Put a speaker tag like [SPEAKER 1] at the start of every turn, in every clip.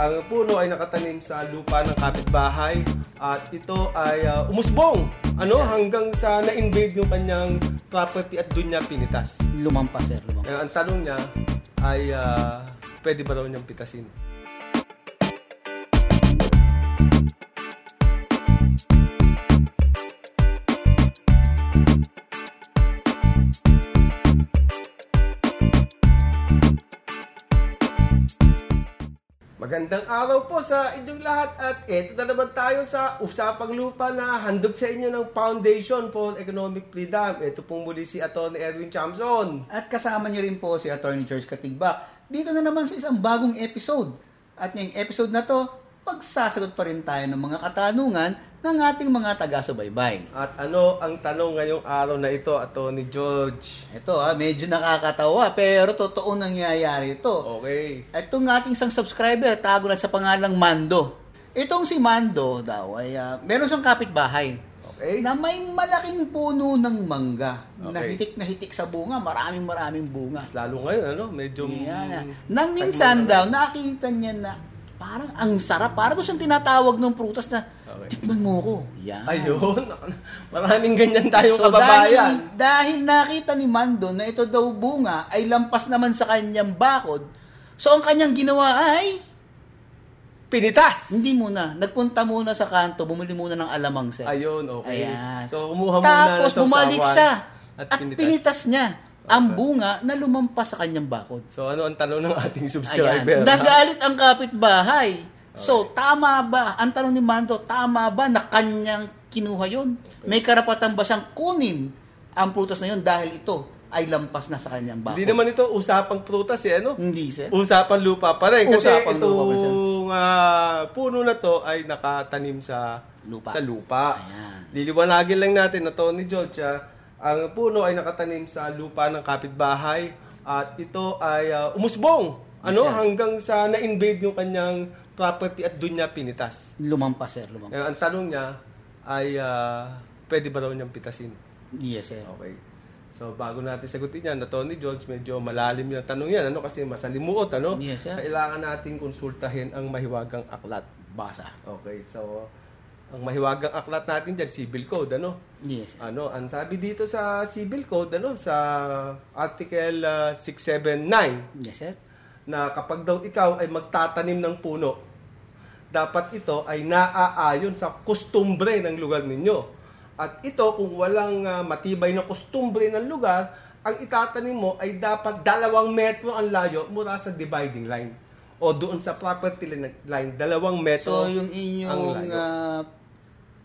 [SPEAKER 1] Ang puno ay nakatanim sa lupa ng kapitbahay at ito ay ah, umusbong ano hanggang sa na-invade yung kanyang property at doon niya pinitas.
[SPEAKER 2] Lumampas, sir. Lumampas.
[SPEAKER 1] Eh, ang tanong niya ay ah, pwede ba raw niyang pitasin? Magandang araw po sa inyong lahat at eto na naman tayo sa Usapang Lupa na handog sa inyo ng Foundation for Economic Freedom. Ito pong muli si Atty. Erwin Chamson.
[SPEAKER 2] At kasama niyo rin po si Attorney George Katigbak. Dito na naman sa isang bagong episode. At ngayong episode na to, magsasagot pa rin tayo ng mga katanungan ng ating mga taga-subaybay.
[SPEAKER 1] At ano ang tanong ngayong araw na ito, ato ni George?
[SPEAKER 2] Ito ah, medyo nakakatawa pero totoo nangyayari ito.
[SPEAKER 1] Okay.
[SPEAKER 2] Itong ating isang subscriber, tago na sa pangalang Mando. Itong si Mando daw ay ah, meron siyang kapitbahay
[SPEAKER 1] Okay.
[SPEAKER 2] na may malaking puno ng mangga na
[SPEAKER 1] Okay.
[SPEAKER 2] hitik na hitik sa bunga, maraming maraming bunga.
[SPEAKER 1] Mas Lalo ngayon, ano? Medyo...
[SPEAKER 2] Yan ah. Nang minsan daw, nakita niya na parang ang sarap, parang doon siyang tinatawag ng prutas na
[SPEAKER 1] Okay.
[SPEAKER 2] tikman mo ko. Yan.
[SPEAKER 1] Ayun. Maraming ganyan tayong
[SPEAKER 2] So,
[SPEAKER 1] kababayan.
[SPEAKER 2] Dahil, dahil nakita ni Mando na ito daw bunga ay lampas naman sa kanyang bakod, so ang kanyang ginawa ay,
[SPEAKER 1] Pinitas!
[SPEAKER 2] hindi muna, nagpunta muna sa kanto, bumili muna ng alamang sir.
[SPEAKER 1] Ayun, okay.
[SPEAKER 2] Ayan.
[SPEAKER 1] So, kumuha muna ng
[SPEAKER 2] Tapos
[SPEAKER 1] sausawan
[SPEAKER 2] bumalik siya
[SPEAKER 1] At,
[SPEAKER 2] at,
[SPEAKER 1] pinitas.
[SPEAKER 2] pinitas. niya ang bunga na lumampas sa kanyang bakod.
[SPEAKER 1] So, ano ang tanong ng ating
[SPEAKER 2] Ayan.
[SPEAKER 1] subscriber? ha?
[SPEAKER 2] Nagalit ang kapitbahay. So, tama ba? Ang tanong ni Mando, tama ba na kanyang kinuha yon? May karapatan ba siyang kunin ang prutas na yon dahil ito ay lampas na sa kanyang bakod?
[SPEAKER 1] Hindi naman ito usapang prutas, eh, ano?
[SPEAKER 2] Hindi, sir.
[SPEAKER 1] Usapan lupa pa rin. Kasi
[SPEAKER 2] Usapan
[SPEAKER 1] itong
[SPEAKER 2] lupa pa siya.
[SPEAKER 1] ah, puno na to ay nakatanim sa
[SPEAKER 2] Lupa.
[SPEAKER 1] Sa lupa.
[SPEAKER 2] Ayan.
[SPEAKER 1] Liliwanagin lang natin na Tony George, ah, ang puno ay nakatanim sa lupa ng kapitbahay at ito ay ah, umusbong ano
[SPEAKER 2] Yes, sir.
[SPEAKER 1] hanggang sa na-invade yung kanyang property at doon niya pinitas.
[SPEAKER 2] Lumampas, sir. Lumampas.
[SPEAKER 1] Ngayon, ang tanong niya ay ah, pwede ba raw niyang pitasin?
[SPEAKER 2] Yes, sir.
[SPEAKER 1] Okay. So, bago natin sagutin yan, na Tony George, medyo malalim yung tanong yan, ano? Kasi masalimuot, ano?
[SPEAKER 2] Yes, sir.
[SPEAKER 1] Kailangan natin konsultahin ang mahiwagang aklat.
[SPEAKER 2] Basa.
[SPEAKER 1] Okay, so, ang mahiwagang aklat natin dyan, civil code, ano?
[SPEAKER 2] Yes, sir.
[SPEAKER 1] Ano, ang sabi dito sa civil code, ano? Sa article ah, 679,
[SPEAKER 2] Yes, sir.
[SPEAKER 1] na kapag daw ikaw ay magtatanim ng puno, dapat ito ay naaayon sa kustumbre ng lugar ninyo. At ito, kung walang ah, matibay na kustumbre ng lugar, ang itatanim mo ay dapat dalawang metro ang layo mula sa dividing line o doon sa property line, line dalawang metro.
[SPEAKER 2] So, yung inyong
[SPEAKER 1] ang layo.
[SPEAKER 2] ah,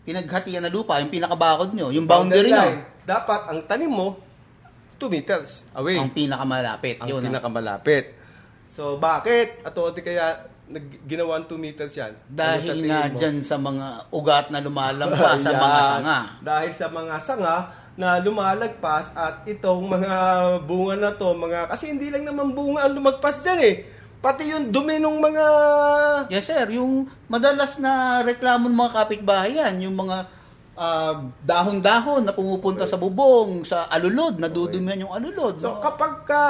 [SPEAKER 2] pinaghatian na lupa, yung pinakabakod nyo, yung boundary
[SPEAKER 1] line,
[SPEAKER 2] nyo,
[SPEAKER 1] dapat ang tanim mo 2 meters away.
[SPEAKER 2] ang pinakamalapit.
[SPEAKER 1] ang
[SPEAKER 2] Yun, ah.
[SPEAKER 1] pinakamalapit. So, bakit? Ato, ate, kaya nag- ginawa 2 meters yan? Ano sa
[SPEAKER 2] Dahil
[SPEAKER 1] tingin
[SPEAKER 2] nga
[SPEAKER 1] mo?
[SPEAKER 2] dyan sa mga ugat na lumalampas sa
[SPEAKER 1] Ayan.
[SPEAKER 2] mga sanga.
[SPEAKER 1] Dahil sa mga sanga na lumalagpas at itong mga bunga na to, mga, kasi hindi lang naman bunga ang lumagpas dyan eh. Pati yung dumi nung mga...
[SPEAKER 2] Yes sir, yung madalas na reklamo ng mga kapitbahay yan, yung mga ah, dahon-dahon na pumupunta sa bubong, sa alulod, nadudumihan yung alulod.
[SPEAKER 1] So,
[SPEAKER 2] no?
[SPEAKER 1] kapag ka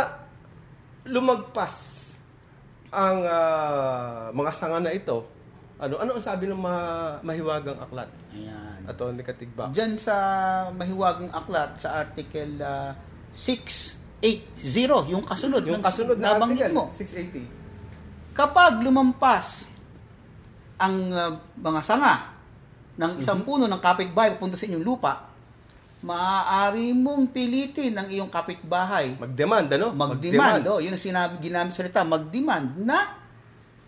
[SPEAKER 1] lumagpas ang ah, mga sanga na ito, ano ano ang sabi ng mga mahiwagang aklat?
[SPEAKER 2] Ayan.
[SPEAKER 1] Ato, ni Katigbak.
[SPEAKER 2] Diyan sa mahiwagang aklat sa article ah, 680, yung kasunod
[SPEAKER 1] Yung
[SPEAKER 2] ng
[SPEAKER 1] kasunod na article,
[SPEAKER 2] nabanggit mo.
[SPEAKER 1] 680.
[SPEAKER 2] Kapag lumampas ang uh, mga sanga ng isang
[SPEAKER 1] Mm-hmm.
[SPEAKER 2] puno ng kapitbahay papunta sa inyong lupa, maaari mong pilitin ang iyong kapitbahay
[SPEAKER 1] Magdemand, ano?
[SPEAKER 2] mag-demand. Oh, yun ang sinabi, ginamit salita, mag-demand na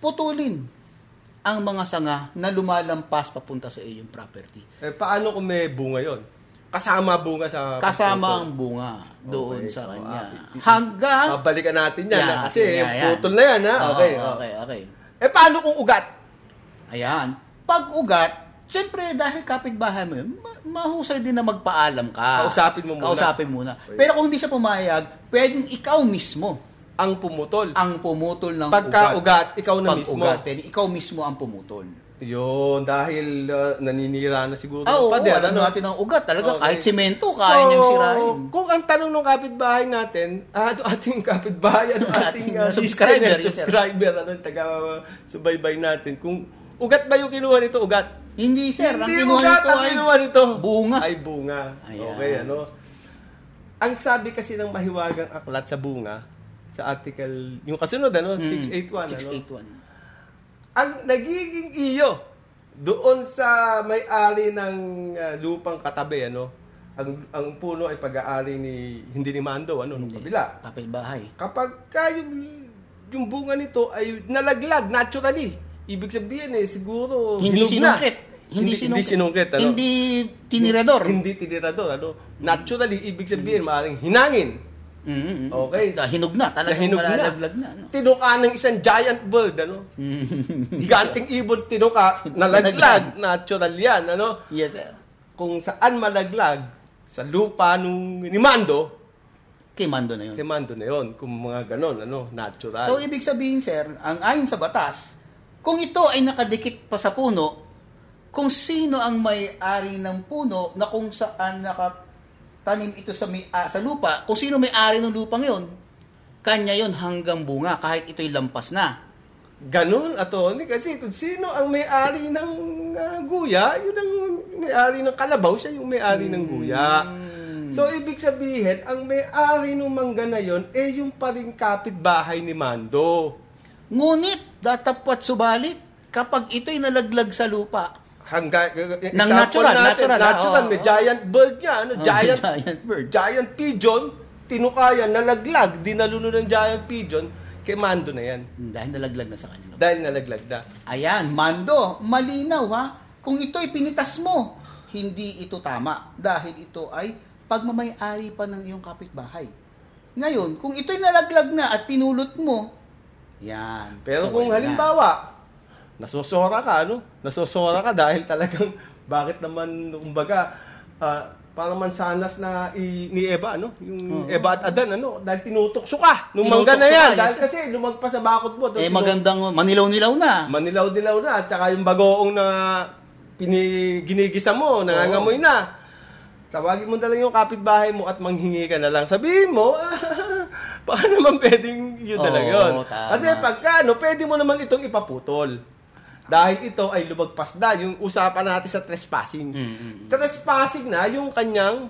[SPEAKER 2] putulin ang mga sanga na lumalampas papunta sa iyong property.
[SPEAKER 1] Eh, paano kung may bunga yon? Kasama bunga sa...
[SPEAKER 2] Kasama ang bunga doon
[SPEAKER 1] Okay.
[SPEAKER 2] sa
[SPEAKER 1] Oh,
[SPEAKER 2] kanya.
[SPEAKER 1] ah,
[SPEAKER 2] Hanggang...
[SPEAKER 1] Babalikan natin yan.
[SPEAKER 2] Yan,
[SPEAKER 1] ha? kasi
[SPEAKER 2] yan, yan.
[SPEAKER 1] putol na yan, ha?
[SPEAKER 2] Oo,
[SPEAKER 1] okay, oh.
[SPEAKER 2] okay, okay.
[SPEAKER 1] Eh, paano kung ugat?
[SPEAKER 2] Ayan. Pag ugat, syempre dahil kapitbahay mo yun, ma- mahusay din na magpaalam ka.
[SPEAKER 1] Kausapin mo muna.
[SPEAKER 2] Kausapin muna. Pero kung hindi siya pumayag, pwedeng ikaw mismo
[SPEAKER 1] ang pumutol.
[SPEAKER 2] ang pumutol ng
[SPEAKER 1] Pagka
[SPEAKER 2] ugat.
[SPEAKER 1] ugat, ikaw na
[SPEAKER 2] Pag
[SPEAKER 1] mismo.
[SPEAKER 2] ugatin, ikaw mismo ang pumutol.
[SPEAKER 1] Yun, dahil uh, naninira na siguro.
[SPEAKER 2] Ah,
[SPEAKER 1] ng
[SPEAKER 2] oo,
[SPEAKER 1] pader,
[SPEAKER 2] alam
[SPEAKER 1] ano?
[SPEAKER 2] natin ang ugat. Talaga,
[SPEAKER 1] Okay.
[SPEAKER 2] kahit simento, kaya niyang sirain.
[SPEAKER 1] Kung ang tanong ng kapitbahay natin, ah, ano ating kapitbahay, ano ating
[SPEAKER 2] Ating,
[SPEAKER 1] uh,
[SPEAKER 2] uh, subscriber,
[SPEAKER 1] listener,
[SPEAKER 2] yes, sir.
[SPEAKER 1] subscriber, ano yung taga-subaybay natin. Kung ugat ba yung kinuha nito, ugat.
[SPEAKER 2] Hindi, sir. ang
[SPEAKER 1] Hindi
[SPEAKER 2] kinuha
[SPEAKER 1] ugat,
[SPEAKER 2] nito
[SPEAKER 1] ang
[SPEAKER 2] ay
[SPEAKER 1] kinuha nito.
[SPEAKER 2] bunga.
[SPEAKER 1] Ay bunga.
[SPEAKER 2] Ayan.
[SPEAKER 1] Okay, ano. Ang sabi kasi ng mahiwagang aklat sa bunga, sa article, yung kasunod,
[SPEAKER 2] Mm.
[SPEAKER 1] ano, 681, ano,
[SPEAKER 2] 681.
[SPEAKER 1] ang nagiging iyo doon sa may-ari ng uh, lupang katabi ano ang ang puno ay pag-aari ni hindi ni Mando ano nung kabila
[SPEAKER 2] Kapitbahay.
[SPEAKER 1] kapag ka yung, yung bunga nito ay nalaglag naturally ibig sabihin eh siguro
[SPEAKER 2] Hindi
[SPEAKER 1] hinog na.
[SPEAKER 2] sinungkit. Hindi,
[SPEAKER 1] hindi sinungkit ano
[SPEAKER 2] Hindi tinirador.
[SPEAKER 1] hindi tinirador ano naturally ibig sabihin maaring hinangin
[SPEAKER 2] Mm, mm.
[SPEAKER 1] Okay.
[SPEAKER 2] Ah, Hinog na. Talagang
[SPEAKER 1] Nahinog na.
[SPEAKER 2] malalaglag na. ano.
[SPEAKER 1] Tinuka ng isang giant bird, ano? Higanting ibon tinuka, nalaglag, natural yan, ano?
[SPEAKER 2] Yes, sir.
[SPEAKER 1] Kung saan malaglag, sa lupa nung ni Mando,
[SPEAKER 2] Kay Mando na yun.
[SPEAKER 1] kay Mando na yun, kung mga ganon, ano, natural.
[SPEAKER 2] So, ibig sabihin, sir, ang ayon sa batas, kung ito ay nakadikit pa sa puno, kung sino ang may-ari ng puno na kung saan nakatanim ito sa, may, ah, sa lupa, kung sino may-ari ng lupang yon, kanya yon hanggang bunga, kahit ito'y lampas na.
[SPEAKER 1] ganon, attorney, kasi kung sino ang may-ari ng ah, guya, yun ang may-ari ng kalabaw, siya yung may-ari ng guya.
[SPEAKER 2] Hmm.
[SPEAKER 1] So, ibig sabihin, ang may-ari ng mangga na yun, eh yung pa rin kapitbahay ni Mando.
[SPEAKER 2] Ngunit, datapat subalit, kapag ito'y nalaglag sa lupa,
[SPEAKER 1] hangga eh,
[SPEAKER 2] Ng natural, natural, ah, oo,
[SPEAKER 1] may
[SPEAKER 2] oo.
[SPEAKER 1] giant bird niya, ano,
[SPEAKER 2] Oh,
[SPEAKER 1] giant,
[SPEAKER 2] giant bird.
[SPEAKER 1] giant pigeon, tinukayan, nalaglag, dinaluno ng giant pigeon, kay Mando na yan.
[SPEAKER 2] dahil nalaglag na sa kanila.
[SPEAKER 1] Dahil nalaglag na.
[SPEAKER 2] Ayan, Mando, malinaw ha. Kung ito'y pinitas mo, hindi ito tama dahil ito ay pagmamayari pa ng iyong kapitbahay. Ngayon, kung ito'y nalaglag na at pinulot mo, yan.
[SPEAKER 1] Pero
[SPEAKER 2] okay
[SPEAKER 1] kung
[SPEAKER 2] na.
[SPEAKER 1] halimbawa, nasosora ka, ano? Nasosora ka dahil talagang, bakit naman, kumbaga, ah, parang mansanas na i- ni Eva, ano? Yung Eva at Adan, ano? Dahil tinutokso ka. Nung mangga na
[SPEAKER 2] Tinutokso
[SPEAKER 1] yan.
[SPEAKER 2] ka, yes,
[SPEAKER 1] Dahil
[SPEAKER 2] sir.
[SPEAKER 1] kasi lumagpas sa bakot mo.
[SPEAKER 2] eh
[SPEAKER 1] tinutokso
[SPEAKER 2] magandang manilaw-nilaw na.
[SPEAKER 1] Manilaw-dilaw na at saka yung bagoong na pini, ginigisa mo, nangangamoy na. Tawagin mo na lang yung kapitbahay mo at manghingi ka na lang. Sabihin mo, ah, baka naman pwedeng yun na lang
[SPEAKER 2] Oo,
[SPEAKER 1] yun.
[SPEAKER 2] tama.
[SPEAKER 1] Kasi pagka, ano, pwede mo naman itong ipaputol. Dahil ito ay lumagpas na yung usapan natin sa trespassing.
[SPEAKER 2] Mm,
[SPEAKER 1] Trespassing na yung kanyang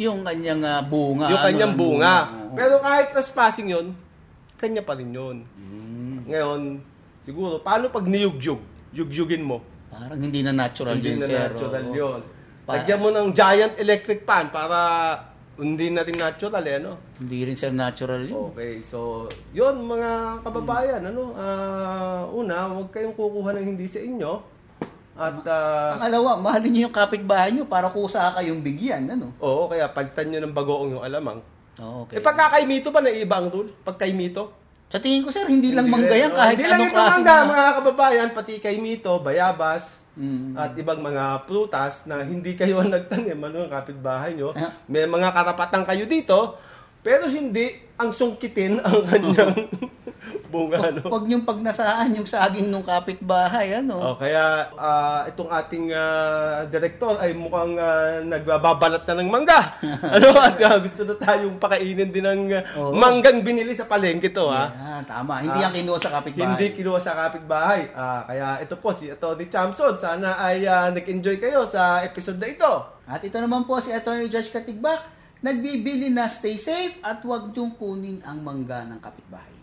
[SPEAKER 2] Yung kanyang ah, bunga.
[SPEAKER 1] yung
[SPEAKER 2] ano,
[SPEAKER 1] kanyang
[SPEAKER 2] ang
[SPEAKER 1] bunga.
[SPEAKER 2] Oo.
[SPEAKER 1] Pero kahit trespassing yun, kanya pa rin yun.
[SPEAKER 2] Hmm.
[SPEAKER 1] Ngayon, siguro, paano pag niyugyug? Yugyugin mo.
[SPEAKER 2] Parang hindi na natural
[SPEAKER 1] Hindi
[SPEAKER 2] yun,
[SPEAKER 1] na
[SPEAKER 2] sir.
[SPEAKER 1] natural
[SPEAKER 2] Oo.
[SPEAKER 1] yun.
[SPEAKER 2] Pa-
[SPEAKER 1] Lagyan mo ng giant electric pan para hindi na rin natural eh, ano?
[SPEAKER 2] Hindi rin sir natural yun.
[SPEAKER 1] Okay, so, yun mga kababayan, ano? ah, una, huwag kayong kukuha ng hindi sa inyo. At, ah,
[SPEAKER 2] Ang alawa, mahalin niyo yung kapitbahay niyo para kusa kayong bigyan. Ano?
[SPEAKER 1] oo, kaya palitan nyo ng bagoong yung alamang.
[SPEAKER 2] Oo,
[SPEAKER 1] Eh,
[SPEAKER 2] okay.
[SPEAKER 1] pagka kay Mito ba, naiiba ang rule? Pag kay Mito?
[SPEAKER 2] Sa tingin ko, sir, hindi lang
[SPEAKER 1] Hindi
[SPEAKER 2] mangga yan
[SPEAKER 1] rin, no?
[SPEAKER 2] kahit
[SPEAKER 1] Hindi lang
[SPEAKER 2] anong
[SPEAKER 1] ito
[SPEAKER 2] klase
[SPEAKER 1] mangga,
[SPEAKER 2] na-
[SPEAKER 1] mga kababayan, pati kay Mito, Bayabas,
[SPEAKER 2] Mm.
[SPEAKER 1] at ibang mga prutas na hindi kayo ang nagtanim, ano, ang kapitbahay nyo.
[SPEAKER 2] Ah.
[SPEAKER 1] May mga karapatan kayo dito, pero hindi ang sungkitin ang kanyang bunga, ano. no?
[SPEAKER 2] Huwag niyong pagnasaan yung saging nung kapitbahay, ano?
[SPEAKER 1] O, Oh, kaya ah, itong ating ah, direktor ay mukhang ah, nagbababalat na ng mangga. ano at ah, gusto na tayong pakainin din ng ah,
[SPEAKER 2] Oo.
[SPEAKER 1] manggang binili sa palengke to ha.
[SPEAKER 2] Yan, tama. Hindi
[SPEAKER 1] Ah,
[SPEAKER 2] yan kinuha sa kapitbahay.
[SPEAKER 1] Hindi kinuha sa kapitbahay. Ah, kaya ito po si Atty. Chamson. Sana ay ah, nag-enjoy kayo sa episode na ito.
[SPEAKER 2] At ito naman po si Attorney George Katigbak, nagbibili na stay safe at huwag niyong kunin ang mangga ng kapitbahay.